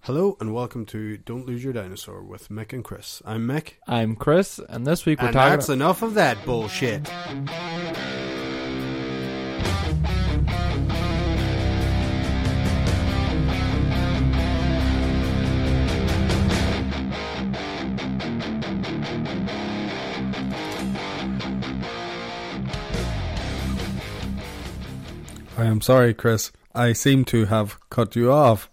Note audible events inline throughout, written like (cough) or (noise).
Hello and welcome to Don't Lose Your Dinosaur with Mick and Chris. I'm Mick. I'm Chris, and this week we're and talking. that's enough of that bullshit. I am sorry, Chris. I seem to have cut you off.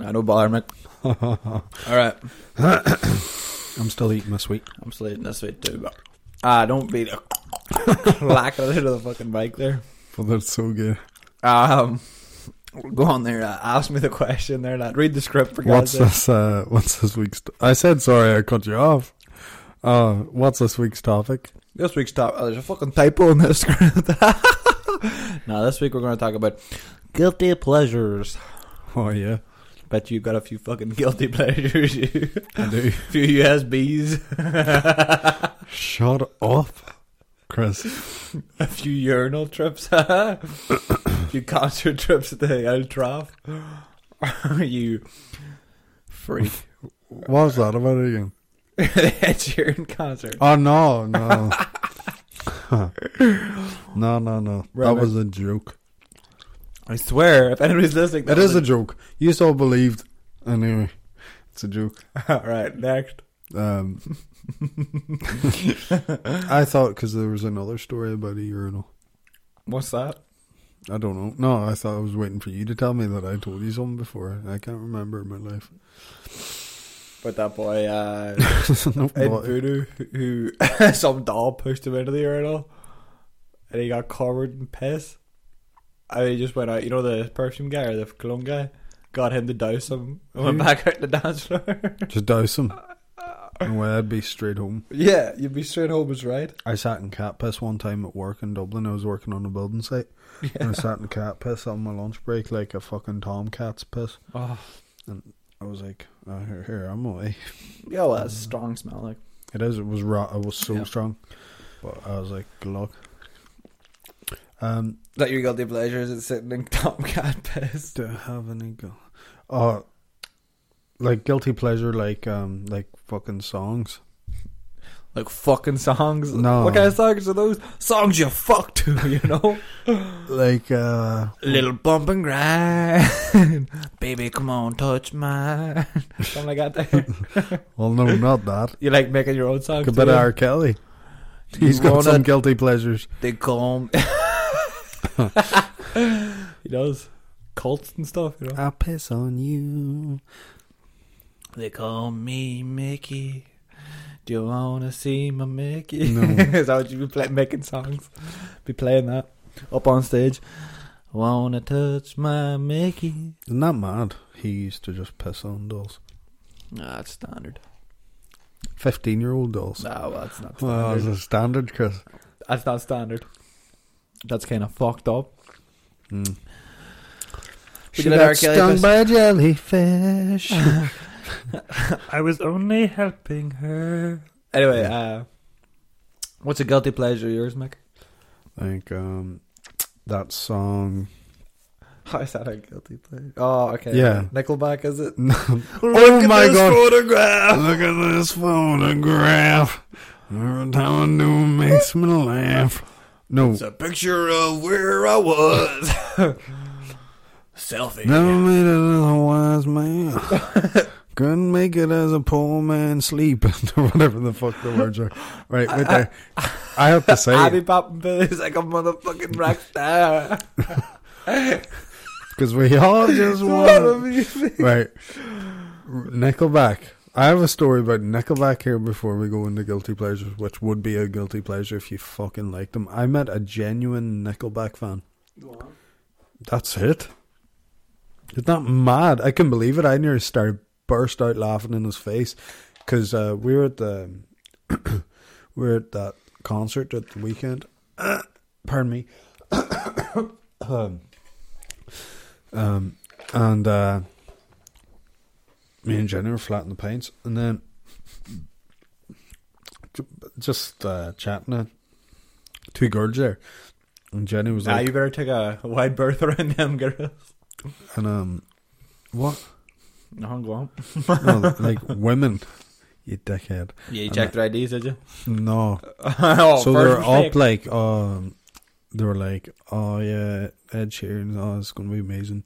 I don't bother, (laughs) Mick. I'm All right, still eating my sweet. I'm slating this week too. But ah, don't be (laughs) lack of the fucking mic there. But that's so good. Um, go on there. Uh, ask me the question there. Not read the script for God's What's sake. this? Uh, what's this week's? T- I said sorry. I cut you off. Uh, what's this week's topic? This week's top. Oh, there's a fucking typo in this (laughs) script. now this week we're going to talk about guilty pleasures. Oh yeah, Bet you got a few fucking guilty (laughs) pleasures. You I do. a few (laughs) USBs. (laughs) Shut up, Chris. a few urinal trips, (laughs) a few concert trips at the El Traff. (laughs) you freak. (laughs) What was that about again? it's your concert. Oh no, (laughs) no, no, no, no. Right, That was a joke. I swear, if anybody's listening, It is a joke. You so believed. Anyway, it's a joke. (laughs) All right, next. (laughs) Um, I thought because there was another story about a urinal. What's that? I don't know. No, I thought I was waiting for you to tell me that I told you something before. I can't remember in my (laughs) life. But that boy, uh, nope. Ed not- Voodoo, who (laughs) some doll pushed him into the urinal, and he got covered in piss. And he just went out. You know the perfume guy or the cologne guy got him to douse him and went Who? back out to the dance floor. (laughs) Just douse him. No way, I'd be straight home. Yeah, you'd be straight home is right. I sat in cat piss one time at work in Dublin. I was working on a building site. And I sat in cat piss on my lunch break like a fucking tomcat's piss. Oh. I was like, oh, here, here, I'm away. Yeah, well, that's a strong smell. Like, It is. It was raw. It was so Yeah. strong. But I was like, good luck. Um, is that your guilty pleasure? Is it sitting in (laughs) Tomcat piss? Do I have any go? Uh like guilty pleasure, like um, like fucking songs. Like fucking songs. No. What kind of songs are those? Songs you fuck to, you (laughs) know? Like uh, Little bump and grind. (laughs) Baby, come on, touch mine. (laughs) Something like that. there. well, no, not that. (laughs) You like making your own songs? A bit too? of R. Kelly. You He's got wanna- some guilty pleasures. (laughs) They (laughs) come. he does. Cults and stuff, you know? I piss on you. They call me Mickey. Do you wanna see my Mickey? No. (laughs) Is that what you be play, making songs? Be playing that up on stage. Wanna touch my Mickey? Isn't that mad? He used to just piss on dolls. Nah, it's standard. Fifteen-year-old dolls. No, well, that's not Well, that's standard. a standard, Chris. that's not standard. That's kind of fucked up. Mm. We She did R. got Kelly stung piss- by a jellyfish. (laughs) I was only helping her. Anyway, uh, what's a guilty pleasure of yours, Mick? like um, that song. How is that a guilty pleasure? Oh, okay. Yeah. Nickelback, is it? oh my god! photograph! Look at this photograph. Every time I do it makes me laugh. No, a picture of where I was. (laughs) Selfie. never made it as a wise man. (laughs) Couldn't make it as a poor man sleeping, or whatever the fuck the words are. Right, right there. I have to say, Abby popping pills like a motherfucking rock star. because we all (laughs) just want. Right. Nickelback. I have a story about Nickelback here before we go into guilty pleasures, which would be a guilty pleasure if you fucking liked them. I met a genuine Nickelback fan. That's it. Isn't that mad? I can believe it. I nearly started burst out laughing in his face because uh, we were at the (coughs) we were at that concert at the weekend. (coughs) pardon me. (coughs) um, um, and uh, me and Jenny were flatting the paints, and then (coughs) ju- just uh, chatting to two girls there, and Jenny was Now like, you (laughs) better take a wide berth around them girls. and um, what? No, go on. No, (laughs) like women. You dickhead. Yeah, you And checked their IDs, (laughs) did you? No. oh, so first they're up mistake. like, um, they were like, oh yeah, Ed Sheeran, oh it's gonna be amazing.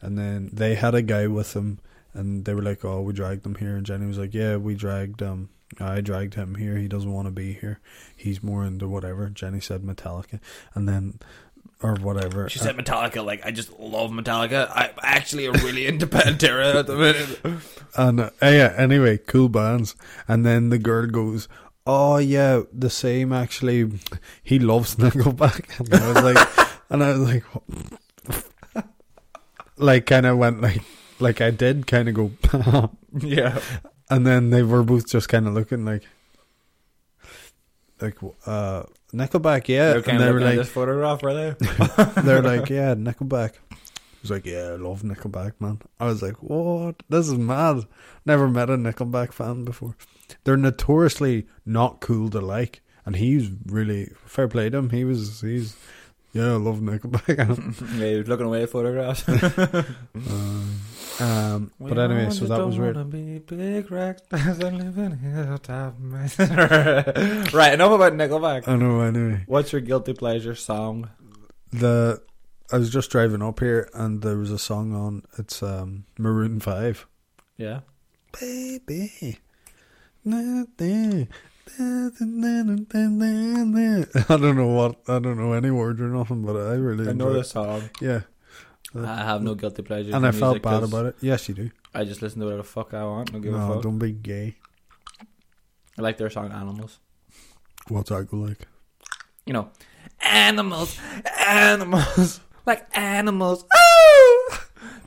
And then they had a guy with them, and they were like, oh we dragged him here, and Jenny was like, yeah we dragged um I dragged him here. He doesn't want to be here. He's more into whatever. Jenny said Metallica, and then or whatever. She said Metallica. Like I just love Metallica. I'm actually a really (laughs) into Pantera at the minute. And uh, yeah, anyway, cool bands. And then the girl goes, "Oh yeah, the same actually. (laughs) He loves (laughs) Nickelback." And I was like, (laughs) and I was like, (laughs) like kind of went like, like I did kind of go, (laughs) (laughs) yeah. and then they were both just kind of looking like, like uh, Nickelback, yeah. They're and kind they of were looking at like, this photograph, were they? they're like, yeah, Nickelback. I was like, yeah, I love Nickelback, man. I was like, what? This is mad. Never met a Nickelback fan before. They're notoriously not cool to like, and he's really fair play to him. He was, he's, yeah, I love Nickelback. (laughs) (laughs) yeah, he was looking away at photographs. (laughs) um, um, but anyway, so that was weird. (laughs) right, enough about Nickelback. I know. Anyway, What's your guilty pleasure song? the I was just driving up here, and there was a song on. It's um, Maroon Five. Yeah. baby. Nothing. (laughs) I don't know what I don't know any words or nothing, but I really I know enjoy the song. It. Yeah, I have no guilty pleasure. and I felt bad about it. Yes, you do. I just listen to whatever the fuck I want. Don't give a No, fuck. don't be gay. I like their song Animals. What's that go like? You know, animals, animals, (laughs) like animals. Oh,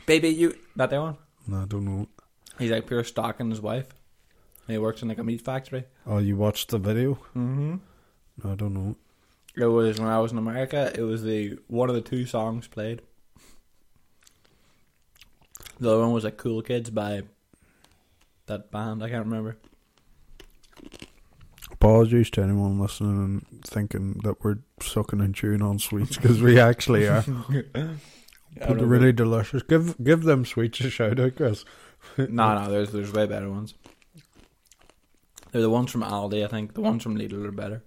baby, you. Not that one? No, I don't know. He's like pure stalking his wife. And he works in like a meat factory. Oh, you watched the video? Mm-hmm. No, I don't know. It was when I was in America. It was the one of the two songs played. The other one was like "Cool Kids" by that band. I can't remember. Apologies to anyone listening and thinking that we're sucking and chewing on sweets because (laughs) we actually are. but they're really delicious. Give give them sweets a shout out, Chris. no, no. There's there's way better ones. They're the ones from Aldi, I think. The ones from Lidl are better.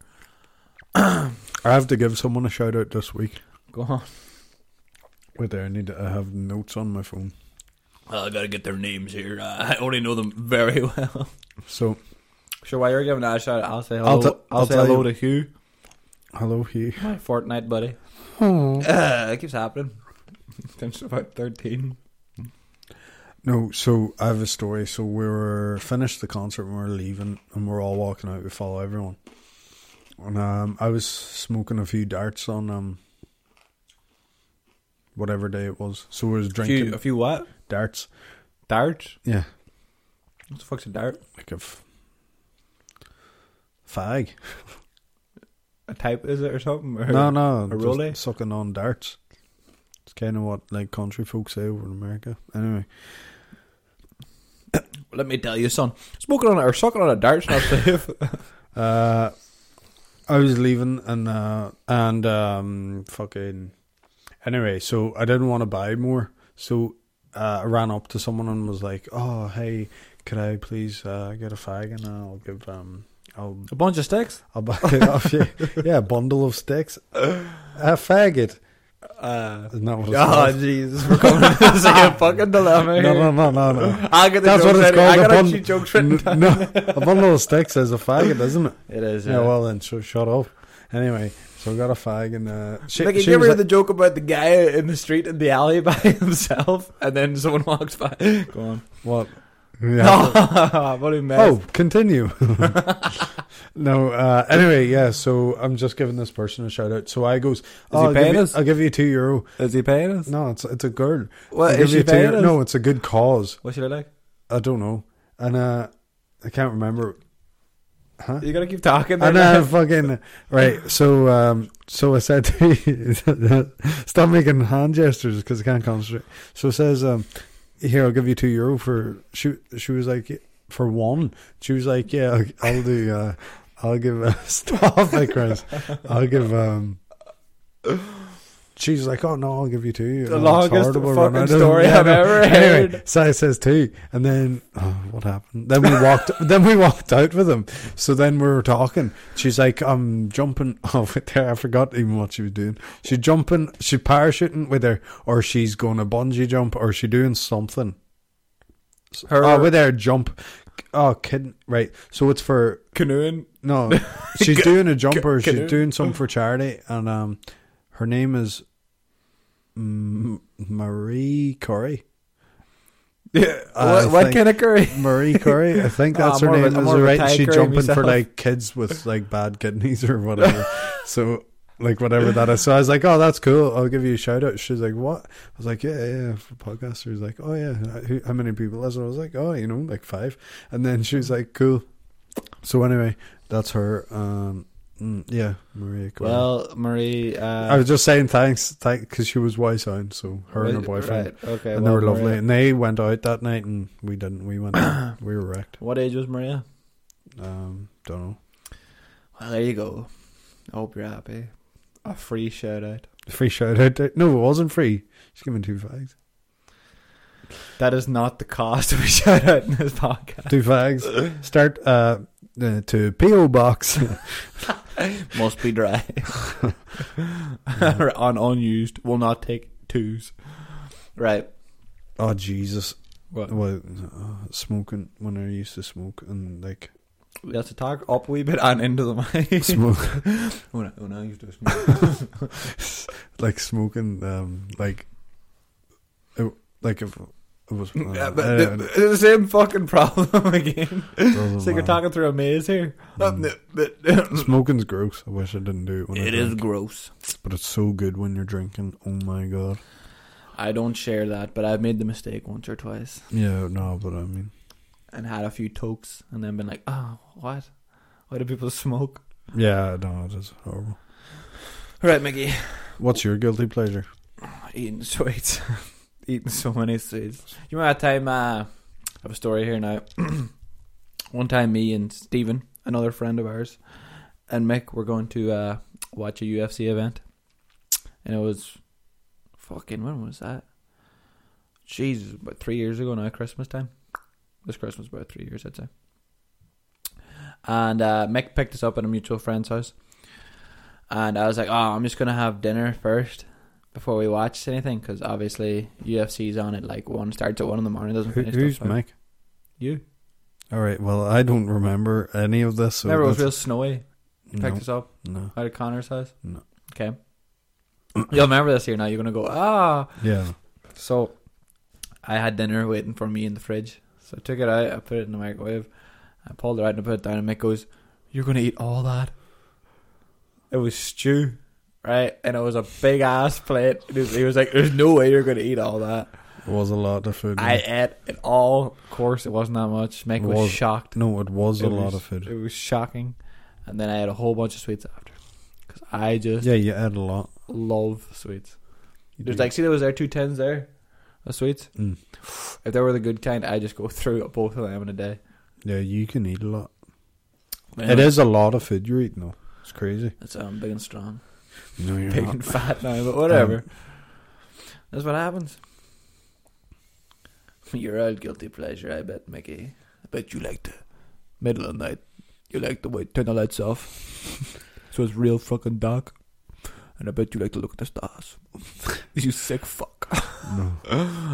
I have to give someone a shout out this week. Go (laughs) on. Wait there, I need to, I have notes on my phone. I gotta get their names here. (laughs) I only know them very well. So, Sure, while you're giving that a shout, out, I'll say hello. I'll I'll, t- I'll say tell hello to you. Hugh, hello Hugh. my Fortnite buddy. Uh, (laughs) it keeps happening. Since about thirteen. No, so I have a story. So we were finished the concert and we were leaving and we're all walking out. We follow everyone. And um, I was smoking a few darts on um, whatever day it was. So we was A drinking few, a few what? darts. Darts? Yeah, What the fuck's a dart? like a f- fag. A type is it or something? Or no, no, a just rollie? sucking on darts. It's kind of what like country folks say over in America. Anyway. Let me tell you, son. Smoking on a, or sucking on a dart's not (laughs) safe. Uh, I was leaving and uh, and um, fucking anyway. So I didn't want to buy more. So uh, I ran up to someone and was like, "Oh, hey, could I please uh, get a fag and I'll give um, (laughs) I'll a bunch of sticks. I'll buy it (laughs) off you. Yeah, a bundle of sticks. A faggot. Uh, Isn't that what it's oh called? Jesus, we're coming to see a (laughs) fucking dilemma. No, here. no, no, (laughs) no, no. I'll get the That's what jokes ready. it's called, I got a bun- a few jokes written. N- no, a bundle of sticks is a faggot, isn't it? It is. Yeah, well then, so shut up. Anyway, so I got a fag and uh, she, like, did she you ever was hear the joke about the guy in the street in the alley (laughs) by himself, and then someone walks by? Go on. What? (laughs) No, (laughs) what a mess. Oh, continue. (laughs) no. Uh, anyway, yeah. So I'm just giving this person a shout out. So I goes. "Oh, he I'll, give paying you, us? I'll give you two euro. is he paying us? No, it's it's a girl. What, I'll is give she you two paying euro- us? No, it's a good cause. What's she look like? I don't know, and uh, I can't remember. Huh? You gotta keep talking. And there, I fucking right. So um, so I said, to you, (laughs) stop making hand gestures because I can't concentrate. So it says, um, here I'll give you two euro for she. She was like for one. She was like, yeah, I'll do. Uh, (laughs) I'll give stop it, Chris. I'll give um. She's like, oh no, I'll give you two. The And it's longest horrible, fucking Ronaldo. story Yeah, I've no. ever Anyway, heard. Si says two, and then oh, what happened? Then we walked. (laughs) then we walked out with him. So then we were talking. She's like, I'm jumping. (laughs) Oh, wait there, I forgot even what she was doing. She's jumping. She's parachuting with her, or she's going to bungee jump, or she doing something. Her- oh, with her jump. Oh, kidding. Right. So it's for (laughs) Canoeing. (laughs) no, she's doing a jumper. can She's you- doing something for charity, and um, her name is M- Marie Curry. Yeah. I what what think- kind of (laughs) curry? Marie Curry, I think Ah, that's more of her a- name. I'm Is more of a right? Thai and She's curry jumping for myself. like kids with like bad kidneys or (laughs) whatever. so. Like whatever that is, so I was like, "Oh, that's cool. I'll give you a shout out." She's like, "What?" I was like, "Yeah, yeah." yeah, For podcast, she was like, "Oh yeah, Who, how many people?" is it? I was like, "Oh, you know, like five. And then she was like, "Cool." So anyway, that's her. Um, mm, yeah, Maria. Curry. Well, Marie. Uh, I was just saying thanks, thank because she was wise on, so her and her right, boyfriend, Right, okay. and they well, were lovely. Maria- And they went out that night, and we didn't. We (clears throat) went, out. we were wrecked. What age was Maria? Um, don't know. Well, there you go. I hope you're happy. A free shout out. Free shout out. to- No, it wasn't free. She gave me two fags. That is not the cost of a (laughs) shout out in this podcast. Two fags. Start uh, uh to PO box. (laughs) (laughs) Must be dry. (laughs) On unused. Will not take twos. Right. oh Jesus! What? Well, uh, smoking when I used to smoke and like We have to talk up a wee bit and into the mic. (laughs) smoke, oh, no, oh, no, you do (laughs) smoke. like smoking, um, like, it, like if it was. (laughs) uh, Yeah, but I the, don't know. the same fucking problem (laughs) again. Doesn't It's like you're matter. talking through a maze here. Oh, Mm. Smoking's gross. I wish I didn't do it when I Um, It is drink, gross. but it's so good when you're drinking. Oh my god. I don't share that, but I've made the mistake once or twice Yeah, no, but I mean, and had a few tokes and then been like, oh, what? Why do people smoke? yeah, no, it is horrible. Right, Mickey. What's your guilty pleasure? (sighs) Eating sweets. (laughs) Eating so many sweets. You remember that time, uh, I have a story here now. (clears throat) One time, me and Stephen, another friend of ours, and Mick were going to uh, watch a UFC event. And it was fucking, when was that? Jeez, about three years ago now, Christmas time. This Christmas, about three years, I'd say. And uh, Mick picked us up at a mutual friend's house. And I was like, oh, I'm just going to have dinner first before we watched anything because obviously UFC's on at like one starts at one in the morning doesn't Who, finish. till who's five. Mike? You All right, well, I don't remember any of this. So remember it was that's- real snowy. You picked us up no, no, out of Connor's house. No. Okay. (clears throat) You'll remember this here now. You're gonna go ah. yeah, So I had dinner waiting for me in the fridge. So I took it out. I put it in the microwave. I pulled it out and I put it down. And Mick goes, "You're gonna eat all that." It was stew, right? And it was a big ass plate. He was- He was like, "There's no way you're gonna eat all that." it was a lot of food. I ate it all. Of course, it wasn't that much. Meg was, Was- shocked. no, it was a It lot was- of food. It was shocking. And then I had a whole bunch of sweets after. Because I just yeah, you ate a lot. love sweets. You There's do. like, see, there was there two tens there of sweets. Mm. If they were the good kind, I just go (laughs) through both of them in a day. yeah, you can eat a lot. It is a lot of food you're eating, though. It's crazy. That's um, big and strong. No, you're Big not. and fat now, but whatever. That's what happens. (laughs) Your old guilty pleasure, I bet, Mickey. I bet you like the middle of the night. You like the way you turn the lights off. (laughs) so it's real fucking dark. And I bet you like to look at the stars. (laughs) you sick fuck. (laughs) No.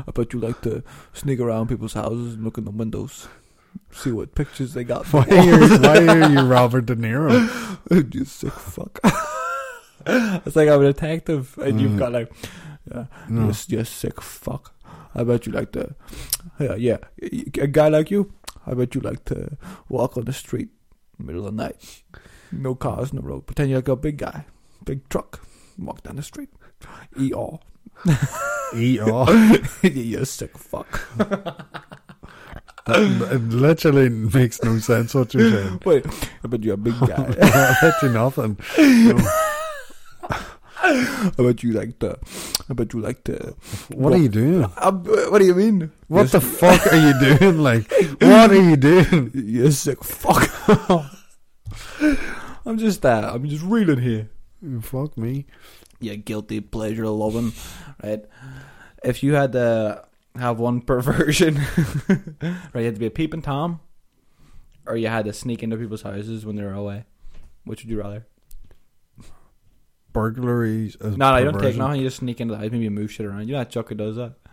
I bet you like to sneak around people's houses and look in the windows. See what pictures they got. Why are, you, why are you Robert De (laughs) Niro? you sick fuck. (laughs) it's like I'm a detective and Mm. you've got like No. you, you sick fuck. I bet you like to. (sniffs) Yeah, yeah. A guy like you, I bet you like to walk on the street, middle of the night, no cars, no road. Pretend you're like a big guy, big truck, walk down the street. (laughs) Eat all. (laughs) Eat off. you sick fuck. (laughs) That, it literally makes no sense what you're saying. Wait, I bet you're a big (laughs) guy. I bet you nothing. No. I bet you like to. I bet you like to. What are you doing? I, what do you mean? What the fuck are you doing? (laughs) Like, what are you doing? You sick fuck. I'm just that. I'm just reeling here. Fuck me. yeah, guilty pleasure loving, right? If you had to have one perversion, (laughs) right, you had to be a peeping tom, or you had to sneak into people's houses when they were away. Which would you rather? Burglaries. As No, no, you don't take perversion. nothing. You just sneak into the house. Maybe you move shit around. You know that Chucky does that. (laughs)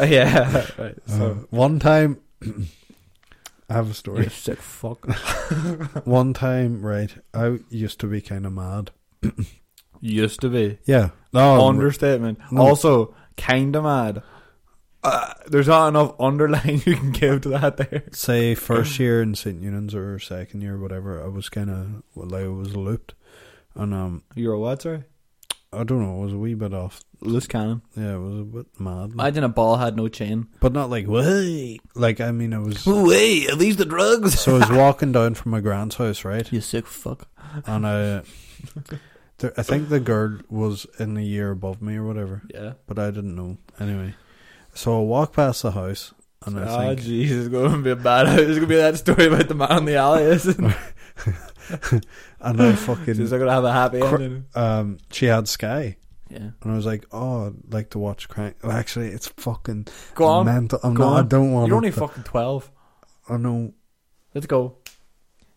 Uh, yeah, (laughs) right. Uh, So one time, I have a you story. sick fuck. (laughs) one time, right? I used to be kind of mad. Used to be Yeah. No. understatement. No. Also, kind of mad. Uh, there's not enough underline (laughs) you can give to that. There, say first year in St. Unian's or second year, whatever. I was kind of well, I was looped, and um, you're a what? Sorry, I don't know. I was a wee bit off. loose cannon. Yeah, it was a bit mad, Imagine a ball had no chain. but not like way. Like I mean, I was. Hey, are these the drugs? so I (laughs) was walking down from my grand's house, right? You sick fuck. And I, there, I think the girl was in the year above me or whatever, Yeah. but I didn't know. Anyway, so I walk past the house and I oh think, Jesus, it's gonna be a bad. (laughs) It's gonna be that story about the man in the alley. (laughs) Isn't it? and (laughs) I She's fucking, not gonna have a happy Cr- ending. um, she had Sky. Yeah. And I was like, oh, I'd like to watch Crank. Well, actually, it's fucking Go on. mental. I'm Go not, I on. don't want You're only to. fucking twelve. I know. Let's go.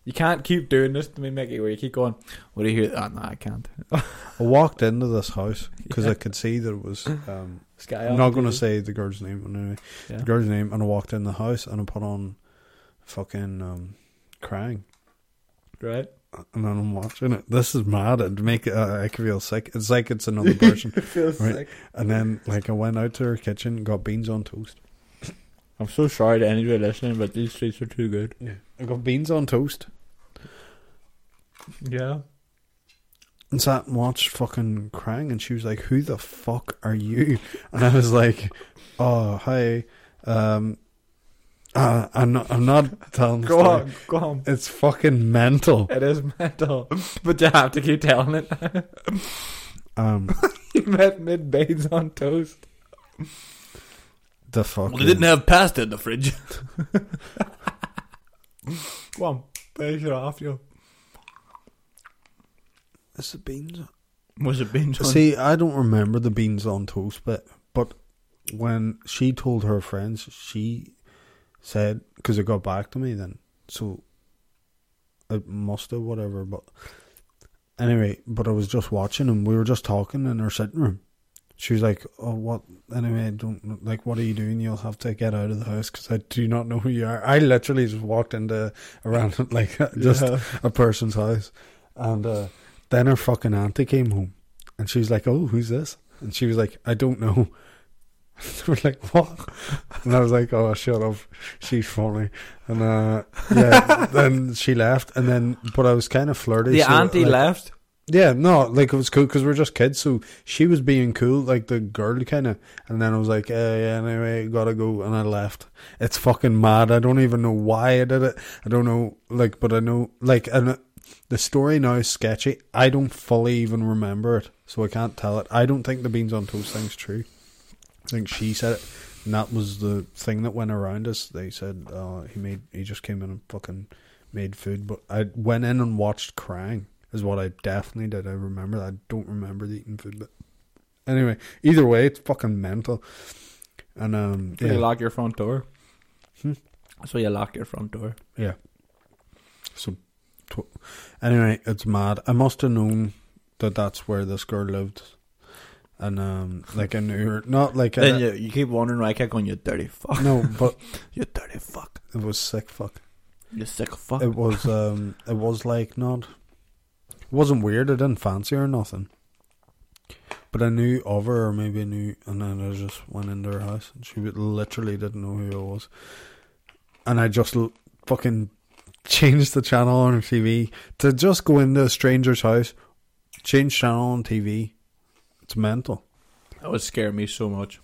You can't keep doing this to me, Mickey. Where you keep going. What do you hear? Oh, no, I (laughs) can't. I walked into this house because Yeah. I could see that (laughs) it was. Um, Sky. I'm not going to say the girl's name. but Anyway, Yeah. the girl's name. And I walked in the house and I put on fucking um, Crank. Right. And then I'm watching it. This is mad. It'd make it, uh, I could feel sick. It's like it's (laughs) another person. feels Right. and then, like, I went out to her kitchen, and got beans on toast. I'm so sorry to anybody listening, but these streets are too good. Yeah. I got beans on toast. (laughs) Yeah. and sat and watched fucking Krang, and she was like, "Who the fuck are you?" (laughs) And I was like, "Oh, hi, um, uh, I'm not, I'm not telling." the Go story. on. Go on. It's fucking mental. It is mental, (laughs) but you have to keep telling it. Um, you (laughs) met mid baits on toast. the fuck. have pasta in the (laughs) fridge. Go on, finish it off, yo. It's the beans. Was it binge See, I don't remember the beans on toast bit, but when she told her friends, she said because it got back to me then, so it must have whatever. But anyway, but I was just watching and we were just talking in her sitting room. She was like, "Oh, what? Anyway, I don't like. What are you doing? You'll have to get out of the house because I do not know who you are." I literally just walked into around (laughs) like just a person's house. And uh, then her fucking auntie came home and she was like, Oh, who's this? And she was like, I don't know. (laughs) they were like, What? And I was like, Oh, shut up. She's funny. And uh, (laughs) yeah, then she left. And then, but I was kind of flirty. the so, auntie like- left. Yeah, no, like it was cool because we are just kids. So she was being cool, like the girl kind of. And then I was like, eh, yeah, anyway, gotta go. And I left. It's fucking mad. I don't even know why I did it. I don't know, like, but I know, like, and it- the story now is sketchy. I don't fully even remember it, so I can't tell it. I don't think the beans on toast thing's true. I think she said it, and that was the thing that went around us. They said uh, he made, he just came in and fucking made food. But I went in and watched Krang is what I definitely did. I remember that. I don't remember the eating food, but anyway, either way, it's fucking mental. And um, So you yeah, lock your front door. Hmm? So you lock your front door. yeah. So, tw- anyway, it's mad. I must have known that that's where this girl lived, and um, like I knew her. Not like I, Then you, you keep wondering why I kept going, you dirty fuck. no, but You dirty fuck. it was sick. Fuck. You sick fuck. It was um, it was like not. It wasn't weird. I didn't fancy her or nothing. But I knew of her, or maybe I knew, and then I just went into her house, and she would- literally didn't know who I was. And I just l- fucking changed the channel on her TV to just go into a stranger's house, change channel on TV. It's mental. that would scare me so much.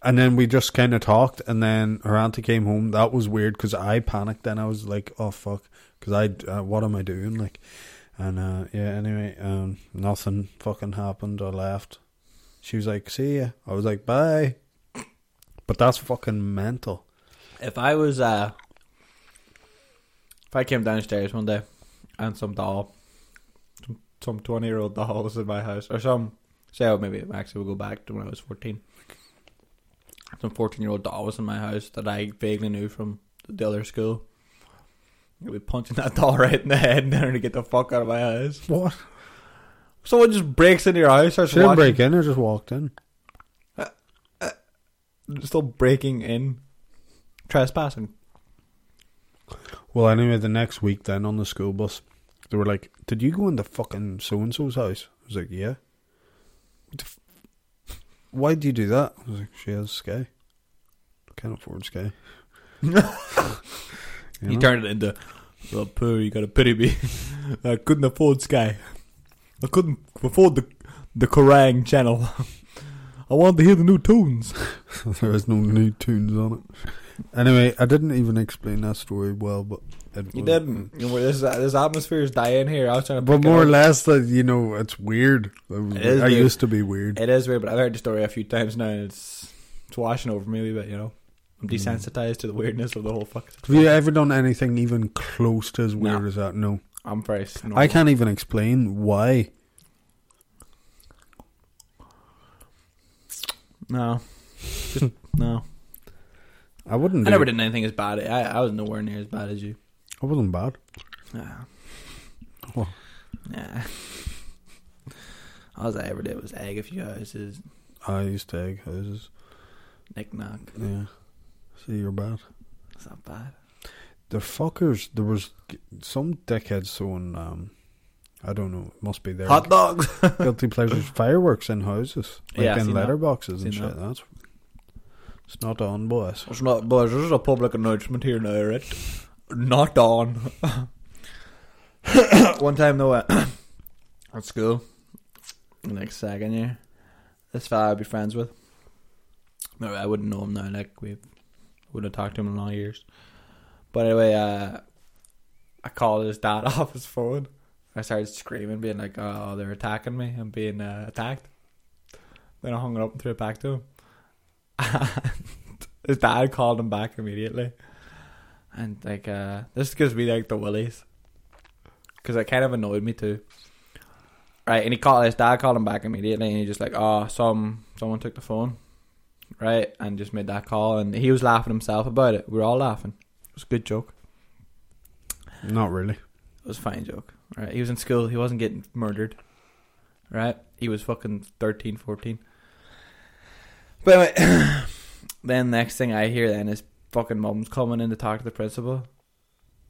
And then we just kind of talked, and then her auntie came home. That was weird because I panicked. Then I was like, "Oh fuck," because I, uh, what am I doing? Like, and uh, yeah. Anyway, um, nothing fucking happened. I left. She was like, "See ya." I was like, "Bye." But that's fucking mental. If I was, uh, if I came downstairs one day and some doll, some, some twenty year old dolls in my house, or some. So maybe actually we'll go back to when I was fourteen. Some fourteen year old dolls in my house that I vaguely knew from the other school. You'll be punching that (laughs) doll right in the head and then to get the fuck out of my house. What? Someone just breaks into your house, starts She didn't watching- break in or just walked in. still breaking in, trespassing. Well, anyway, the next week then on the school bus, they were like, "Did you go into fucking so and so's house?" I was like, "Yeah." What the f- Why do you do that? I was like, "She has Sky. (laughs) Can't afford Sky." (laughs) You You know? turned it into, well, poor, you gotta pity me. (laughs) I couldn't afford Sky. I couldn't afford the the Kerrang channel. (laughs) I wanted to hear the new tunes. there is no new tunes on it. Anyway, I didn't even explain that story well, but it (laughs) You was- didn't. You know, this this atmosphere is dying here. I was trying to. But pick it more or up. less that you know, it's weird. It was- It is I weird. used to be weird. It is weird, but I've heard the story a few times now, and it's it's washing over me a wee bit. You know, I'm desensitized to the weirdness of the whole fuck. Have you ever done anything even close to as No. weird as that? No. I'm very. Snorting. I can't even explain why. (laughs) No, just no. I wouldn't. Do I never it. did anything as bad. I I was nowhere near as bad as you. I wasn't bad. Yeah. Well. Yeah. All I ever did was egg a few houses, I used to egg houses. knick knock. Yeah. See, you're bad. It's not bad. The fuckers. There was g- some dickhead sewing. Um, I don't know. it Must be their Hot dogs. (laughs) guilty pleasures. Fireworks in houses, like Yeah, I've in seen that. letter boxes and Seen shit. that. That's. It's not on, boys. It's not, boys. This is a public announcement here now, right? Not on. (coughs) One time though, at, (coughs) at school, like second year, this fella I'd be friends with. No, I wouldn't know him now. Like we wouldn't have talked to him in long years. But anyway, uh, I called his dad (laughs) off his phone. I started screaming, being like, "Oh, they're attacking me! I'm being uh, attacked." Then I hung it up and threw it back to him. (laughs) his dad called him back immediately, and like uh, this gives me like the willies, because it kind of annoyed me too. Right, and he called his dad called him back immediately, and he just like, "Oh, some someone took the phone." Right, and just made that call, and he was laughing himself about it. We were all laughing. It was a good joke. Not really. It was a fine joke. Right? He was in school. He wasn't getting murdered. Right? He was fucking 13, 14. But anyway, (coughs) then next thing I hear then is fucking mum's coming in to talk to the principal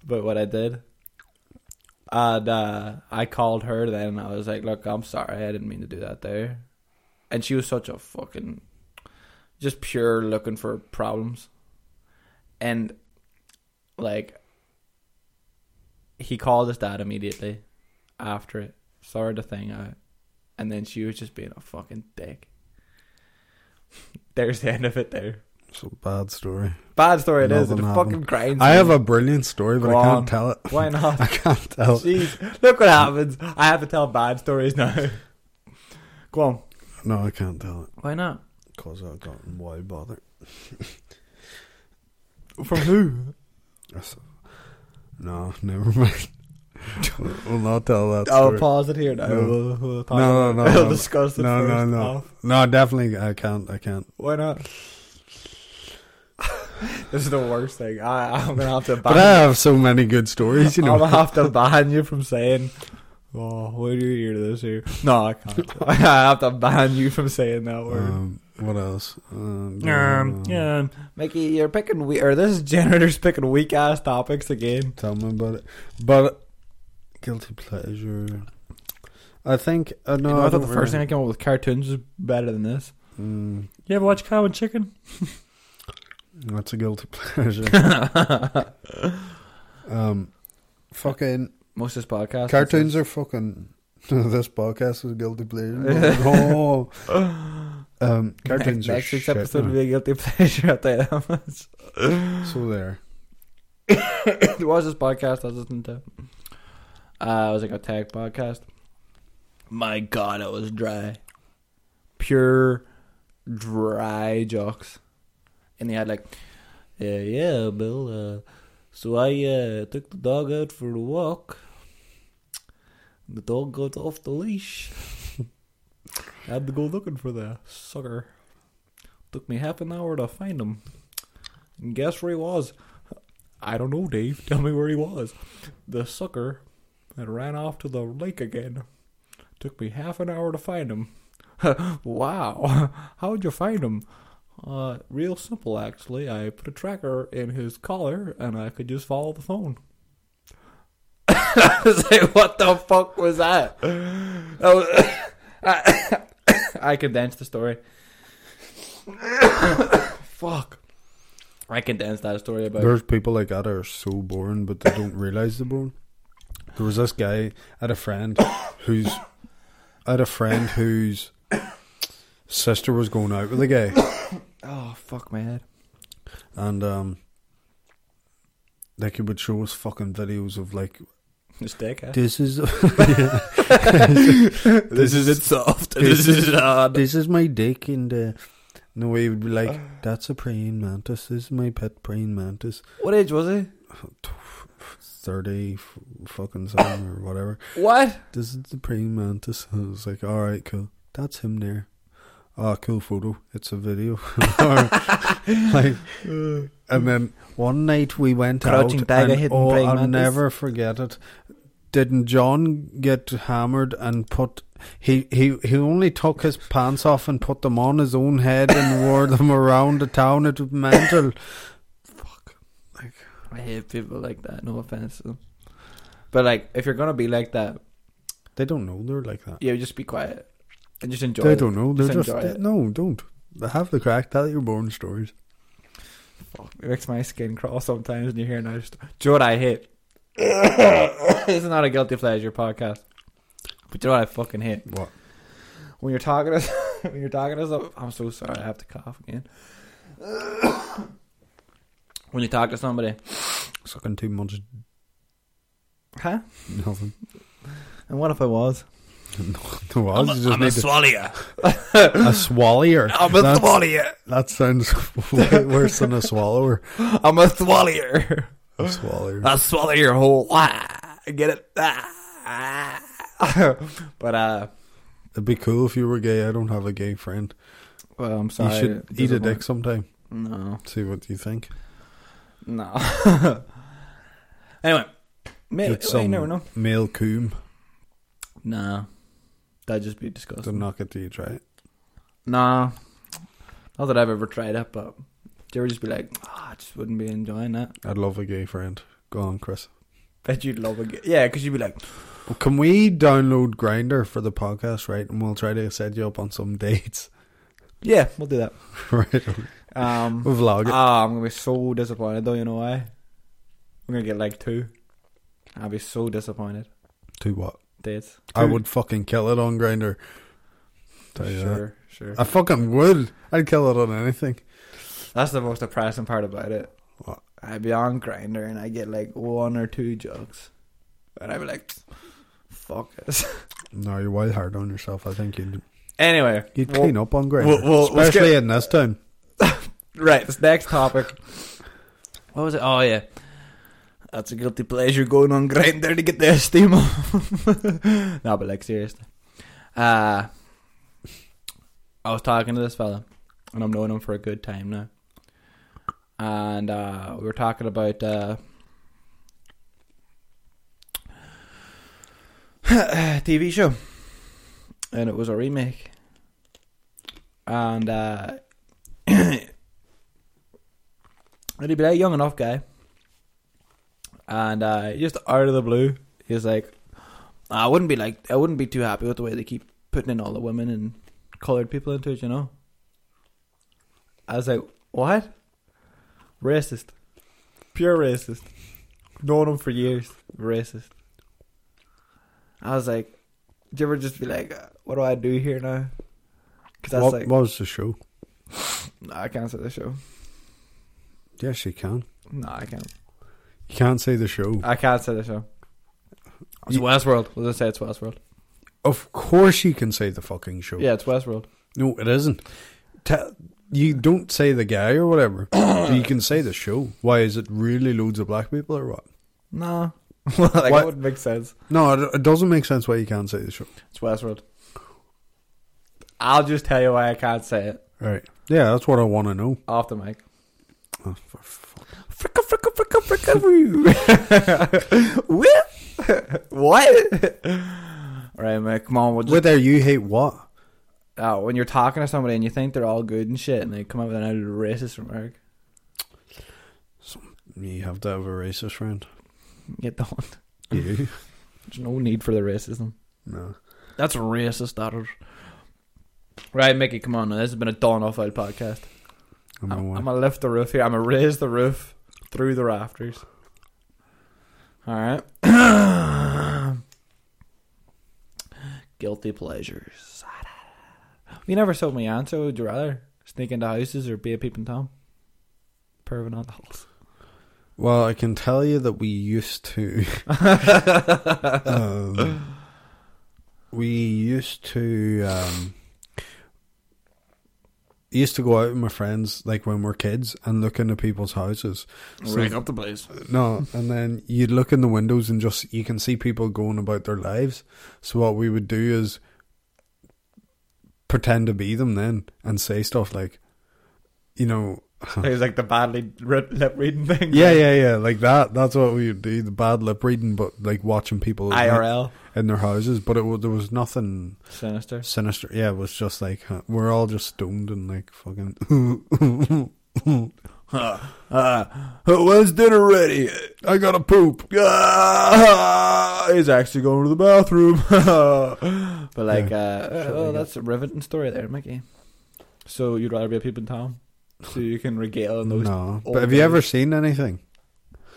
about what I did. And uh, I called her then and I was like, look, I'm sorry. I didn't mean to do that there. And she was such a fucking, just pure looking for problems. And like, he called his dad immediately after it, sorted the thing out, and then she was just being a fucking dick. There's the end of it there. It's a bad story. (laughs) Bad story it is. Nothing It happened. fucking grinds. I me. have a Oh. brilliant story, but Go I can't on. tell it. Why not? I can't tell. it. Jeez, look what happens. I have to tell bad stories now. (laughs) Go on. No, I can't tell it Why not? because I've gotten why (laughs) bother. From who? That's- No, never mind. (laughs) we'll not tell that I'll story. pause it here now. No. We'll, we'll talk No, no, about no, it. no, We'll no. discuss it No, no, first. no. off. no, definitely, I can't. I can't. Why not? (laughs) this is the worst thing. I, I'm gonna have to. But abandon I have so many good stories, you know. I'm (laughs) gonna have to ban you from saying. Oh, why do you hear this here? No, I can't. (laughs) I have to ban you from saying that word. Um, what else? Um, Um, yeah, Mickey, you're picking we or this generator's picking weak ass topics again. Tell me about it. But guilty pleasure. I think. Uh, no, you know, I, I thought don't the first thing really- I came up with cartoons was better than this. Mm, You ever watch Cow and Chicken? that's a guilty pleasure. um, fucking (laughs) Most of this podcast cartoons are fucking. (laughs) this podcast is guilty (laughs) pleasure. oh, um, (gasps) cartoons Next, next are week's shit, episode man. will be a guilty (laughs) pleasure. I'll tell you that much. So there. (laughs) there was this podcast I was listening to. Uh, it was like a tech podcast. My God, it was dry, pure dry jokes, and they had like, yeah, yeah, Bill. Uh, so I uh, took the dog out for a walk, The dog got off the leash. (laughs) I had to go looking for the sucker. Took me half an hour to find him. And guess where he was? I don't know, Dave. Tell me where he was. The sucker that ran off to the lake again. Took me half an hour to find him. (laughs) wow. (laughs) How'd you find him? Uh, real simple, actually. I put a tracker in his collar and I could just follow the (laughs) phone. I was like, what the fuck was that? That was- I, (coughs) I condensed the story. (coughs) fuck. I condensed that story about. There's people like that are so boring, but they don't realize they're boring. There was this guy. I had a friend (coughs) who's, I had a friend whose sister was going out with a guy, Oh, fuck my head. and um, like he would show us fucking videos of like It's dick, huh? this is This is it soft. This is it hard. this is my dick and uh, no way would be like that's a praying mantis. This is my pet praying mantis. What age was he? Thirty f- fucking something or whatever. What? this is the praying mantis. I was like, all right, cool. That's him there. Ah, cool photo. It's a video. (laughs) (laughs) Or, like, and then one night we went Crouching out, tiger, and, hidden oh, praying I'll mantis. never forget it. Didn't John get hammered and put? He he he only took his pants off and put them on his own head and wore them around the town. (coughs) It was mental. I hate people like that. No offense. to them. But like, if you're gonna be like that, They don't know they're like that. yeah, just be quiet and just enjoy. They it. don't know. They're Just just, enjoy it. no. Don't have the crack. Tell your boring stories. Fuck, it makes my skin crawl sometimes when you hear nice. Do you know what I hate? (coughs) this is not a guilty pleasure podcast. But do you know what I fucking hate? What? When you're talking to (laughs) when you're talking to some, I'm so sorry. I have to cough again. (coughs) when you talk to somebody, Sucking too much huh? Nothing. And what if I was? (laughs) No, I just need to- swallier. (laughs) a swallier. (laughs) I'm a That's- swallier. That sounds way worse than a swallower. I'm a swallier. (laughs) A swallier. I'll swallow your whole. Ah, get it? Ah. (laughs) but uh, It'd be cool if you were gay. I don't have a gay friend. well, I'm sorry. you should eat a dick sometime. No, See what you think. no. (laughs) anyway, maybe Get well, you some never know. Male coom. Nah, that'd just be disgusting. Don't knock it till you try it. Nah, not that I've ever tried it, but do you ever just be like, ah, I just wouldn't be enjoying that. I'd love a gay friend. Go on, Chris. Bet you'd love it. Yeah, because you'd be like, Well, can we download Grinder for the podcast, right? And we'll try to set you up on some dates, (laughs) yeah, we'll do that. right? Um, We'll vlog it. Ah, I'm gonna be so disappointed though. You know why? I'm gonna get like two. I'll be so disappointed. Do what? Dates. I would fucking kill it on Grinder. Tell you that. Sure, sure. I fucking would. I'd kill it on anything. That's the most depressing part about it. What? I'd be on grinder and I get like one or two jugs, and I'd be like, "Fuck this." No, you're wild hard on yourself. I think you'd (laughs) anyway, you'd well, clean up on Grindr, well, well, let's especially in this town. right. This next topic. what was it? Oh yeah, that's a guilty pleasure going on grinder to get the esteem. (laughs) off. no, but like seriously, uh, I was talking to this fella, and I'm knowing him for a good time now, and uh, we were talking about. Uh, (coughs) TV show, and it was a remake, and uh, (clears throat) And he'd be like, young enough guy. And uh, just out of the blue, he's like, I wouldn't be like, I wouldn't be too happy with the way they keep putting in all the women and colored people into it, you know? I was like, what? Racist. Pure racist. Known him for years. Racist. I was like, do you ever just be like, uh, what do I do here now? Because that's What, like, what was the show? "Nah, I can't say the show. Yes, you can. No, I can't. You can't say the show. I can't say the show. It's You- Westworld. We'll just say it's Westworld. of course, you can say the fucking show. Yeah, it's Westworld. No, it isn't. Te- you don't say the guy or (coughs) (laughs) whatever. you can say the show. Why is it really loads of black people or what? No, well, What? like, that would make sense. No, it, it doesn't make sense why you can't say the show. It's Westworld. I'll just tell you why I can't say it Right. Yeah, that's what I want to know. off the mic. Oh, for fuck. Fricka, fricka, fricka, fricka, woo. (laughs) Woo. (laughs) what? All right, man. Come on. We'll just, Wait there, you hate what? oh, when you're talking to somebody and you think they're all good and shit, and they come up with another racist remark, You have to have a racist friend. get the (laughs) one. You? There's no need for the racism. no. That's racist, that is. Right, Mickey, come on now. This has been a Dawn Off Out podcast. I'm, I'm, away. I'm gonna lift the roof here. I'm gonna raise the roof through the rafters. All right. (coughs) Guilty pleasures. You never sold me on, so would you rather sneak into houses or be a peeping tom? Pervin on Well, I can tell you that we used (laughs) to. um, we used to. Um, used to go out with my friends like when we're kids and look into people's houses. Rake up the place. No, and then you'd look in the windows and just you can see people going about their lives. So what we would do is pretend to be them then and say stuff like, you know, (laughs) It was like the badly re- lip reading thing. yeah, (laughs) yeah, yeah, like that. That's what we would do. The bad lip reading, but like watching people IRL. in their houses. But it wa- there was nothing Sinister. sinister. Yeah, it was just like huh, we're all just stoned and like fucking. (laughs) Uh, when's dinner ready? I gotta poop. Ah, he's actually going to the bathroom. (laughs) but like, Yeah. uh, Sure, oh, yeah. that's a riveting story there, Mickey. So you'd rather be a peep in town, so you can regale on those. No, old but have you ever days. seen anything?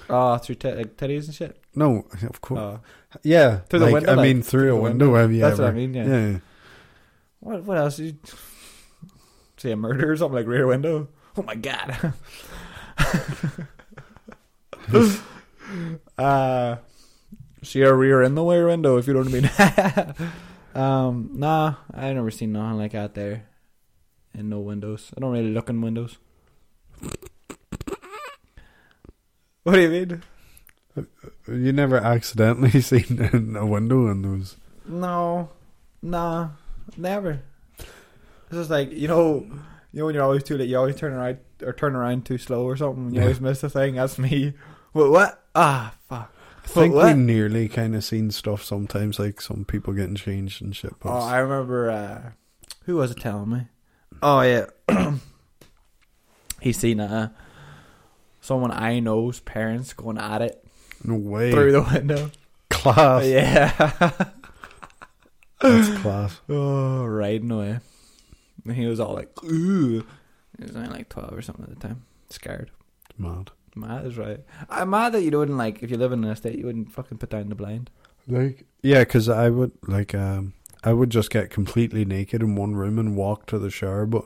Ah, through t- like titties and shit. No, of course. Ah. Yeah, Through the like, window, I like, mean, through, through a the window. Have you That's ever? what I mean. Yeah. Yeah. What? What else? You (laughs) see a murder or something like Rear Window? Oh my god. (laughs) uh see a rear in the rear window if you know what I mean. (laughs) um, nah, I never seen nothing like that there, and no windows. I don't really look in windows. (laughs) What do you mean? You never accidentally (laughs) seen in a window and there was No, nah, never. It's just like you know, you know when you're always too late, you always turn around or turn around too slow or something. and You Yeah. always miss the thing. That's me. What? What? Ah, fuck. I think what? we nearly kind of seen stuff sometimes, like some people getting changed and shit. But Oh, I remember. Uh, who was it telling me? Oh yeah, (clears throat) he seen uh, someone I know's parents going at it no way, through the window. class. (laughs) yeah. (gasps) That's class. Oh, riding away. And he was all like, ooh. He was only like 12 or something at the time. Scared. Mad. Mad is right. I'm mad that you wouldn't, like, if you live in an estate, you wouldn't fucking put down the blind. Like yeah, because I would like um I would just get completely naked in one room and walk to the shower, but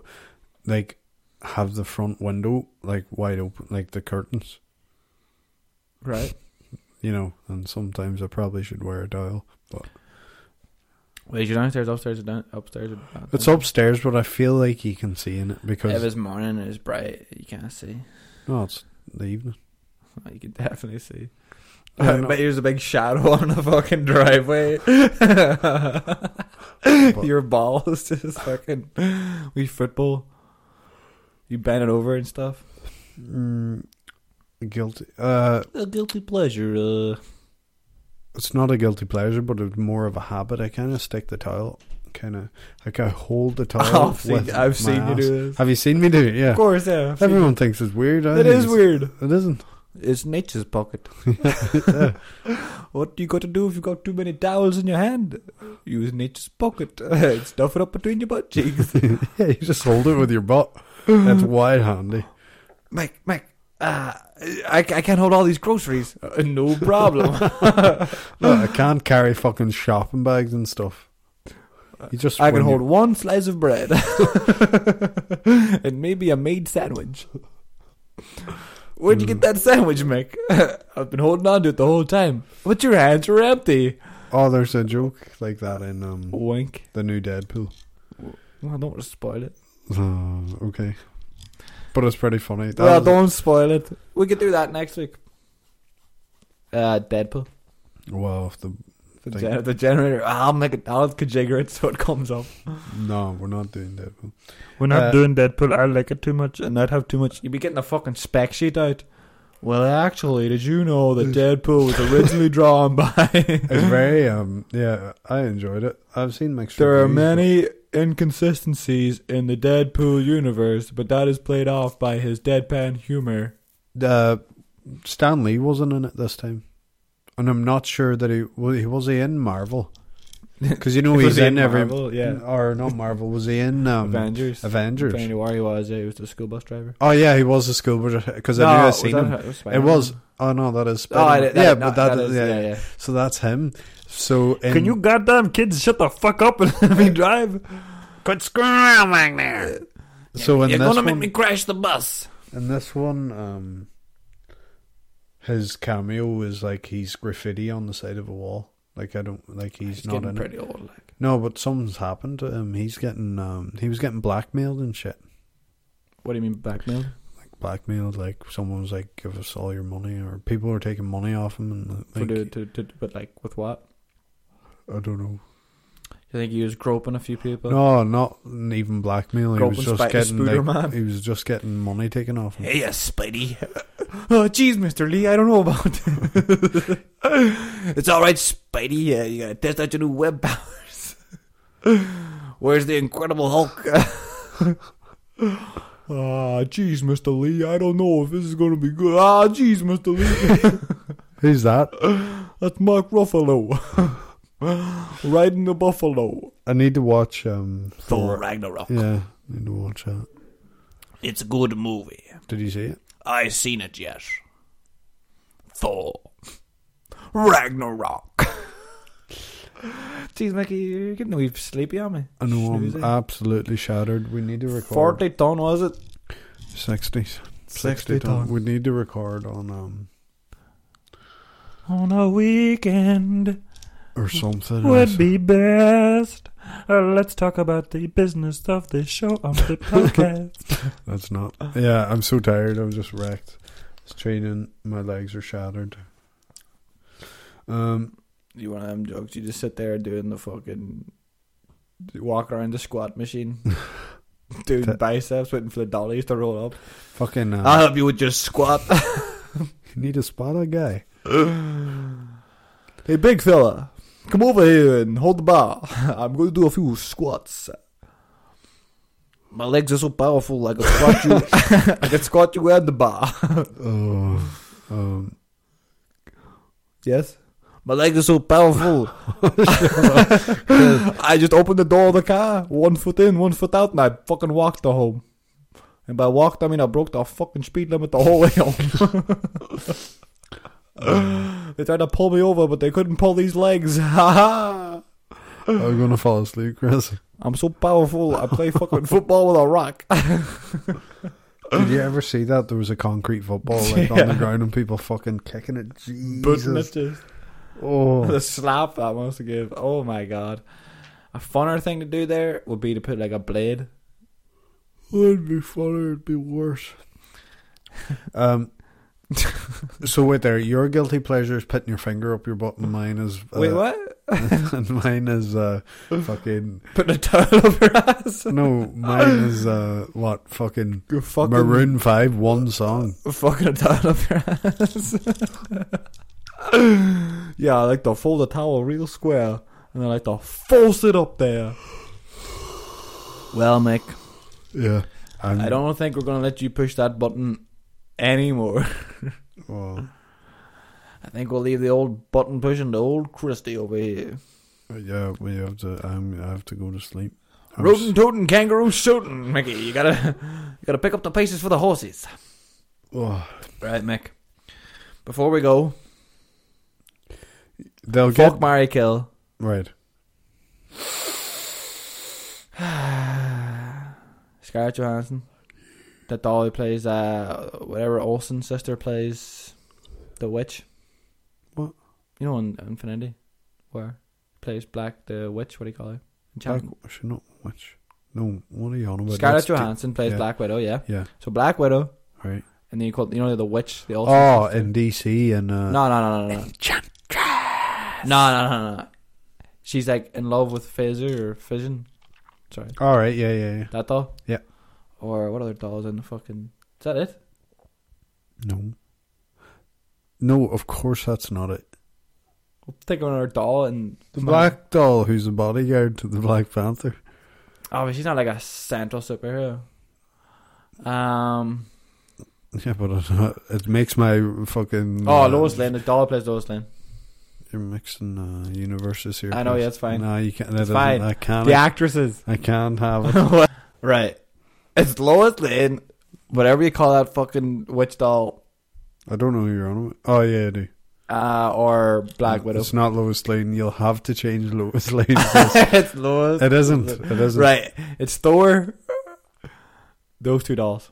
like have the front window like wide open, like the curtains, Right. you know. And sometimes I probably should wear a dial. Wait, you're downstairs, upstairs, or down, upstairs? Or down, It's upstairs, but I feel like you can see in it because If it's morning and it's bright, you can't see. Oh, no, it's the evening. Well, you can definitely see. Yeah, no. but here's a big shadow (laughs) on the fucking driveway. Your balls (laughs) just fucking. We football. You bend it over and stuff. Mm, guilty. Uh, A guilty pleasure. Uh, it's not a guilty pleasure, but it's more of a habit. I kind of stick the towel, kind of like I hold the (laughs) towel. (laughs) I've seen, with I've my seen you ass. do (laughs) this. Have you seen me do it? Yeah. Of course, yeah. I've seen Everyone thinks it's weird. I It think is it's- weird. It isn't. (laughs) It's nature's pocket. (laughs) what you got to do if you got too many towels in your hand? Use nature's pocket. (laughs) Stuff it up between your butt cheeks. yeah, you just hold it with your butt. That's (sighs) wide handy. Mike, Mike, uh, I, I can't hold all these groceries. Uh, no problem. (laughs) Look, I can't carry fucking shopping bags and stuff. You just I can when you- hold one slice of bread (laughs) and maybe a made sandwich. Where'd you get that sandwich, Mick? (laughs) I've been holding on to it the whole time, but your hands were empty. Oh, there's a joke like that in um Wink. the new Deadpool. Well, don't spoil it. Uh, okay. But it's pretty funny. That well, was- don't spoil it. We could do that next week. Uh, Deadpool. Well, if the The, Thank gen- you. the generator. I'll make it. I'll configure it so it comes up. no, we're not doing that. We're not doing Deadpool. I like it too much, and I'd have too much. You'd be getting a fucking spec sheet out. Well, actually, did you know that Deadpool was (laughs) originally drawn by? It's very um. Yeah, I enjoyed it. I've seen mixed. There are reviews, but- many inconsistencies in the Deadpool universe, but that is played off by his deadpan humor. Uh, Stan Lee wasn't in it this time, and I'm not sure that he was. He was he in Marvel because (laughs) you know It he's was in, every Marvel, yeah. or not Marvel. Was he in um, Mm. Avengers. Avengers? Depending where he was, yeah, he was the school bus driver. Oh yeah, he was a school because I knew I seen him. It was. It was. uh, Oh no, that is. Oh, I, Spider-Man. that, yeah, yeah, no, but that is, yeah. yeah, yeah. So that's him. So in, goddamn kids shut the fuck up (laughs) and let me drive? Quit screwing around back there. So in You're this gonna one, make me crash the bus. in this one, um, his cameo is like he's graffiti on the side of a wall. Like I don't like he's, He's not getting in it. pretty old. Like. No, but something's happened to him. He's getting um he was getting blackmailed and shit. What do you mean blackmail? Like blackmailed, like someone was like, Give us all your money or people were taking money off him and like, For to, to, to, but like with what? I don't know. You think he was groping a few people? No, not even blackmail. He was Groping just Spike getting Spooder like, Man. he was just getting money taken off him. Hey, (laughs) yeah, Spidey. Oh, jeez, Mister Lee, I don't know about. (laughs) It's all right, Spidey. Uh, you gotta test out your new web powers. (laughs) Where's the Incredible Hulk? Ah, jeez, Mr. Lee, I don't know if this is gonna be good. Ah, jeez, Mr. Lee, Who's that? that's Mark Ruffalo (laughs) riding the buffalo. I need to watch um Thor Thor. Ragnarok. Yeah, I need to watch that. It's a good movie. Did you see it? I seen it yet. Thor Ragnarok. Jeez, Mickey, you're getting a wee sleepy on me. I know Snoozy. I'm absolutely shattered. We need to record Forty ton was it? 60s. 60 ton. ton. We need to record on um On a weekend or something. would be best. Uh, let's talk about the business of this show on (laughs) the podcast. That's not. Yeah, I'm so tired. I'm just wrecked. It's training. My legs are shattered. Um, you want to have jokes? You just sit there doing the fucking walk around the squat machine, doing That- biceps, waiting for the dollies to roll up. fucking. Uh, Ah. I'll help you with your (laughs) squat. you need a spot a guy. Hey, big fella, come over here and hold the bar. (laughs) I'm going to do a few squats. My legs are so powerful, I I can squat you. (laughs) I can squat you at the bar. Oh, um, Yes. my legs are so powerful. (laughs) I just opened the door of the car, one foot in, one foot out, and I fucking walked the home. And by walked, I mean I broke the fucking speed limit the whole way home. (laughs) they tried to pull me over, but they couldn't pull these legs. (laughs) Ha I'm (sighs) gonna fall asleep, Chris. I'm so powerful. I play fucking football with a rock. (laughs) Did you ever see that? There was a concrete football like on the ground and people fucking kicking it. Booting Jesus. it just. Oh, the slap that must have give. Oh my god. A funner thing to do there would be to put like a blade. it'd be funny. It'd be worse. Um. so wait there. Your guilty pleasure is putting your finger up your butt, and mine is uh, Wait, what? (laughs) and mine is uh, fucking Putting a towel over your ass? no, mine is uh, what fucking, You're fucking Maroon Five one song. fucking a towel up your ass. (laughs) yeah, I like to fold the towel real square, and I like to force it up there. Well, Mick, Yeah, and, I don't think we're gonna let you push that button anymore. (laughs) Well, I think we'll leave the old button pushing to old Christy over here. yeah, we have to. I'm, I have to go to sleep. I'm Rootin' s- tootin' kangaroo shootin', Mickey. You gotta, you gotta pick up the pieces for the horses. oh, Right, Mick. Before we go, they'll fuck get Mary Kill. right. (sighs) Scarlett Johansson. That doll who plays uh whatever Olsen's sister plays the witch. What? You know in Infinity? Where? Plays Black the Witch, what do you call her? Black, Enchant- should not watch. No, what are you on about? Scarlett That's di- Johansson plays yeah. Black Widow, yeah. Yeah, So Black Widow right. and then you call you know the witch, the Olsen Oh, sister. in DC and uh, No no no no no. No, no, no, no. She's like in love with Phaser or Fission. Sorry. All right, yeah, yeah, yeah. That doll? Yeah. Or what other dolls in the fucking. Is that it? No. No, of course that's not it. (laughs) We'll take another doll and. The black doll who's the bodyguard to the Black Panther. Oh, but she's not like a central superhero. Um. Yeah, but it, it makes my fucking. Oh, uh, Lois Lane. The doll plays Lois Lane. You're mixing uh, universes here. I know, Chris. yeah, it's fine. No, you can't. It's That fine. fine. I can't. The (laughs) actresses. I can't have it. right. It's Lois Lane. Whatever you call that fucking witch doll. I don't know who you're on. with. Oh yeah, I do. Uh, or (laughs) Black Widow. It's not Lois Lane. You'll have to change Lois (laughs) Lane. (laughs) it's Lois. it isn't. It isn't. Right. It's Thor. Those two dolls.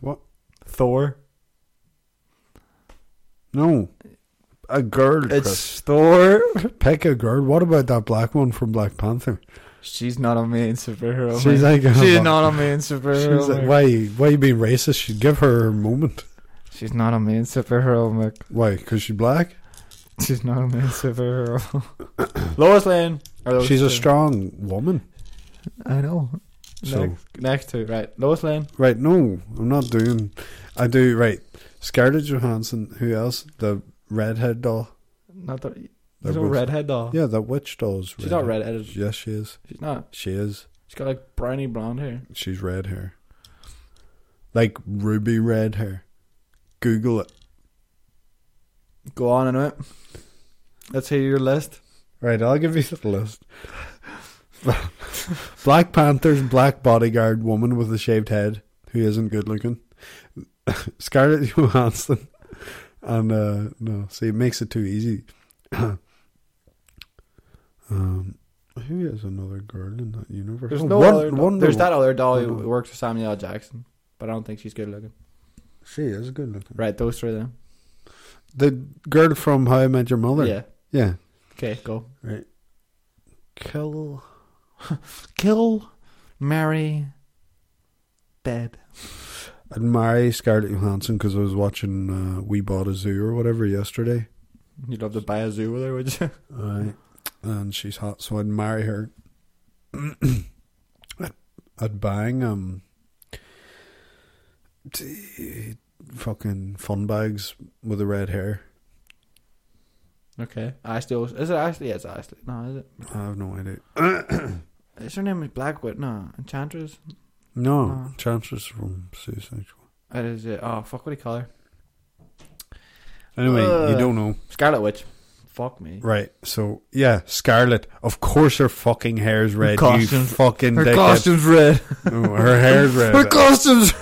What? Thor. No. A girl. Chris. It's Thor. Pick a girl. What about that black one from Black Panther? She's not a main superhero. She's man. like, She's not a main superhero. She's like, man. why? Why you being racist? She give her a moment. She's not a main superhero, Mick. Why? Because she's black. She's not a main superhero. (coughs) Lois Lane. Or those She's a two. strong woman. I know. So- Next, next two, right. Lois Lane. Right? No, I'm not doing. I do right. Scarlett Johansson. Who else? The redhead doll. Not the. They're There's no both- redhead doll. Yeah, that witch doll's. She's not redheaded. Yes, she is. She's not. She is. She's got like brownie blonde hair. She's red hair. Like ruby red hair. Google it. Go on into it. Let's hear your list. Right, I'll give you the list. black Panther's black bodyguard woman with a shaved head who isn't good looking. (laughs) Scarlett Johansson. And, uh, no, see, it makes it too easy. (clears throat) um, who is another girl in that universe? There's Oh, no Won- other. doll. Wonder There's that other doll who Wonder- works for Samuel L. Jackson, but I don't think she's good looking. She is good looking. Right, those three then. The girl from How I Met Your Mother. Yeah. Yeah. Okay, go. Right. Oh. Kill. Kill, marry, dead. I'd marry Scarlett Johansson because I was watching uh, We Bought a Zoo or whatever yesterday. You'd love to buy a zoo with her, would you? (laughs) Right. And she's hot, so I'd marry her. (clears throat) I'd, I'd bang um, t- fucking fun bags with the red hair. Okay. Ashley, Olsen- is it Ashley? Yeah, it's Ashley. No, is it? I have no idea. (clears throat) Is her name is Blackwood? No, Enchantress. No, No. chances from Suicide Squad. That is it. Oh fuck! What do you call her? Anyway, you Uh. don't know. Scarlet Witch. Fuck me. Right. So yeah, Scarlet. Of course, her fucking hair's red. you costume's- fucking dickhead. red. No, her hair's red. Her costume's.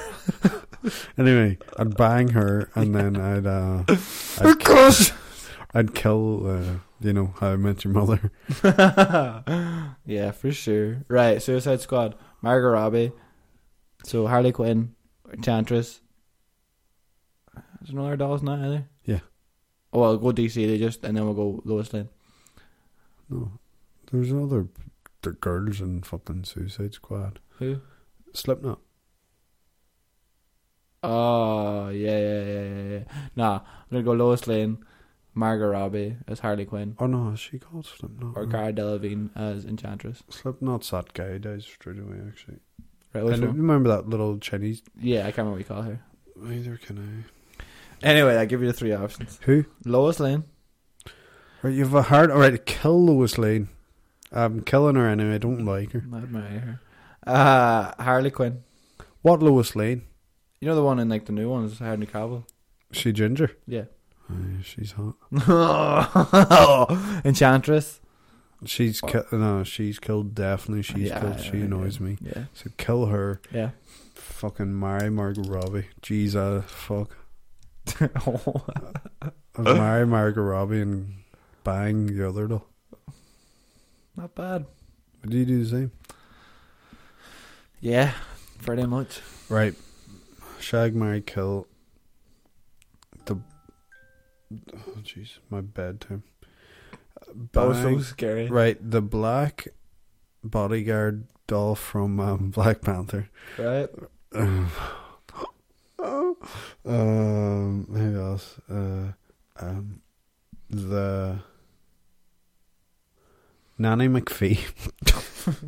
(laughs) anyway, I'd bang her and then I'd uh, Her I'd, costume. I'd kill. Uh, you know how I met your mother. (laughs) yeah, for sure. Right, Suicide Squad. Margot Robbie. So Harley Quinn, Enchantress. There's another doll's not either. Yeah. Oh, well, go DC. They just and then we'll go Lois Lane. No, there's another the girls in fucking Suicide Squad. Who? Slipknot. Oh yeah, yeah, yeah, yeah, yeah. Nah, I'm gonna go Lois Lane, Margot Robbie as Harley Quinn, Oh no, is she called Slipknot? or Cara Delevingne as Enchantress. Slipknot's that guy who dies straight away. Actually, Right, I which one? remember that little Chinese. Yeah, I can't remember what you call her. Neither can Anyway, I give you the three options: I. Who? Lois Lane, Right, you have a heart. All right, kill Lois Lane. I'm killing her anyway. I don't like her. I admire her. Uh, Harley Quinn. What Lois Lane? You know the one in like the new ones, Henry Cavill. She ginger. Yeah. Aye, she's hot. (laughs) Enchantress. She's ki- no, she's killed. Definitely, she's Yeah, killed. She yeah, annoys yeah. me. Yeah. So kill her. Yeah. Fucking marry Margot Robbie. Jeez, uh, fuck. I'd marry Margot Robbie and bang the other doll. (laughs) Not bad. Would you do the same? Yeah. Pretty much. Right. Shag, marry, kill. The. Oh jeez, my bedtime. That Oh, was so Bang- scary. Right, the black bodyguard doll from um, Black Panther. (sighs) Right. (laughs) um, who else? Uh, um, the Nanny McPhee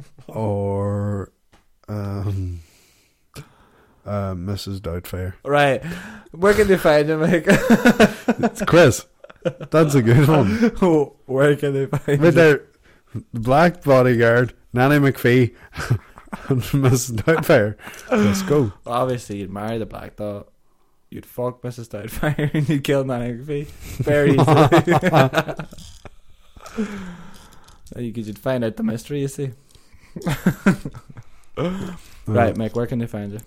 (laughs) or um, uh, Mrs. Doubtfire. Right. Where can they find you, Mike? It's (laughs) (laughs) Chris. That's a good one. Oh, Where can they find Right you? there, Black Bodyguard, Nanny McPhee, (laughs) and Mrs. Doubtfire. Let's go. Obviously, you'd marry the Black Dog. You'd fuck Mrs. Doubtfire (laughs) and you'd kill Nanny McPhee. Very (laughs) easily. And you could you'd find out the mystery, you see. Right, Mike, where can they find you?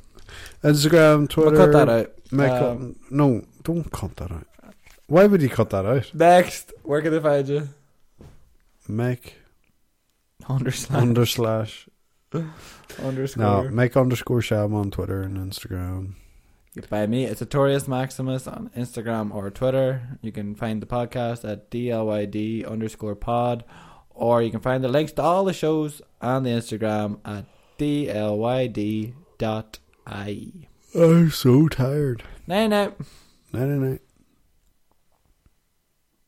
Instagram, We'll Twitter. cut that out. Mike, Um, no, don't cut that out. Why would you cut that out? Next, where can they find you? Mike Understand. under slash no Underscore. Mike underscore Sham on Twitter and Instagram. By me, it's Atorius Maximus on Instagram or Twitter. You can find the podcast at DLYD underscore pod, or you can find the links to all the shows on the Instagram at DLYD dot E. IE. I'm so tired. Oh. Night night. Night night.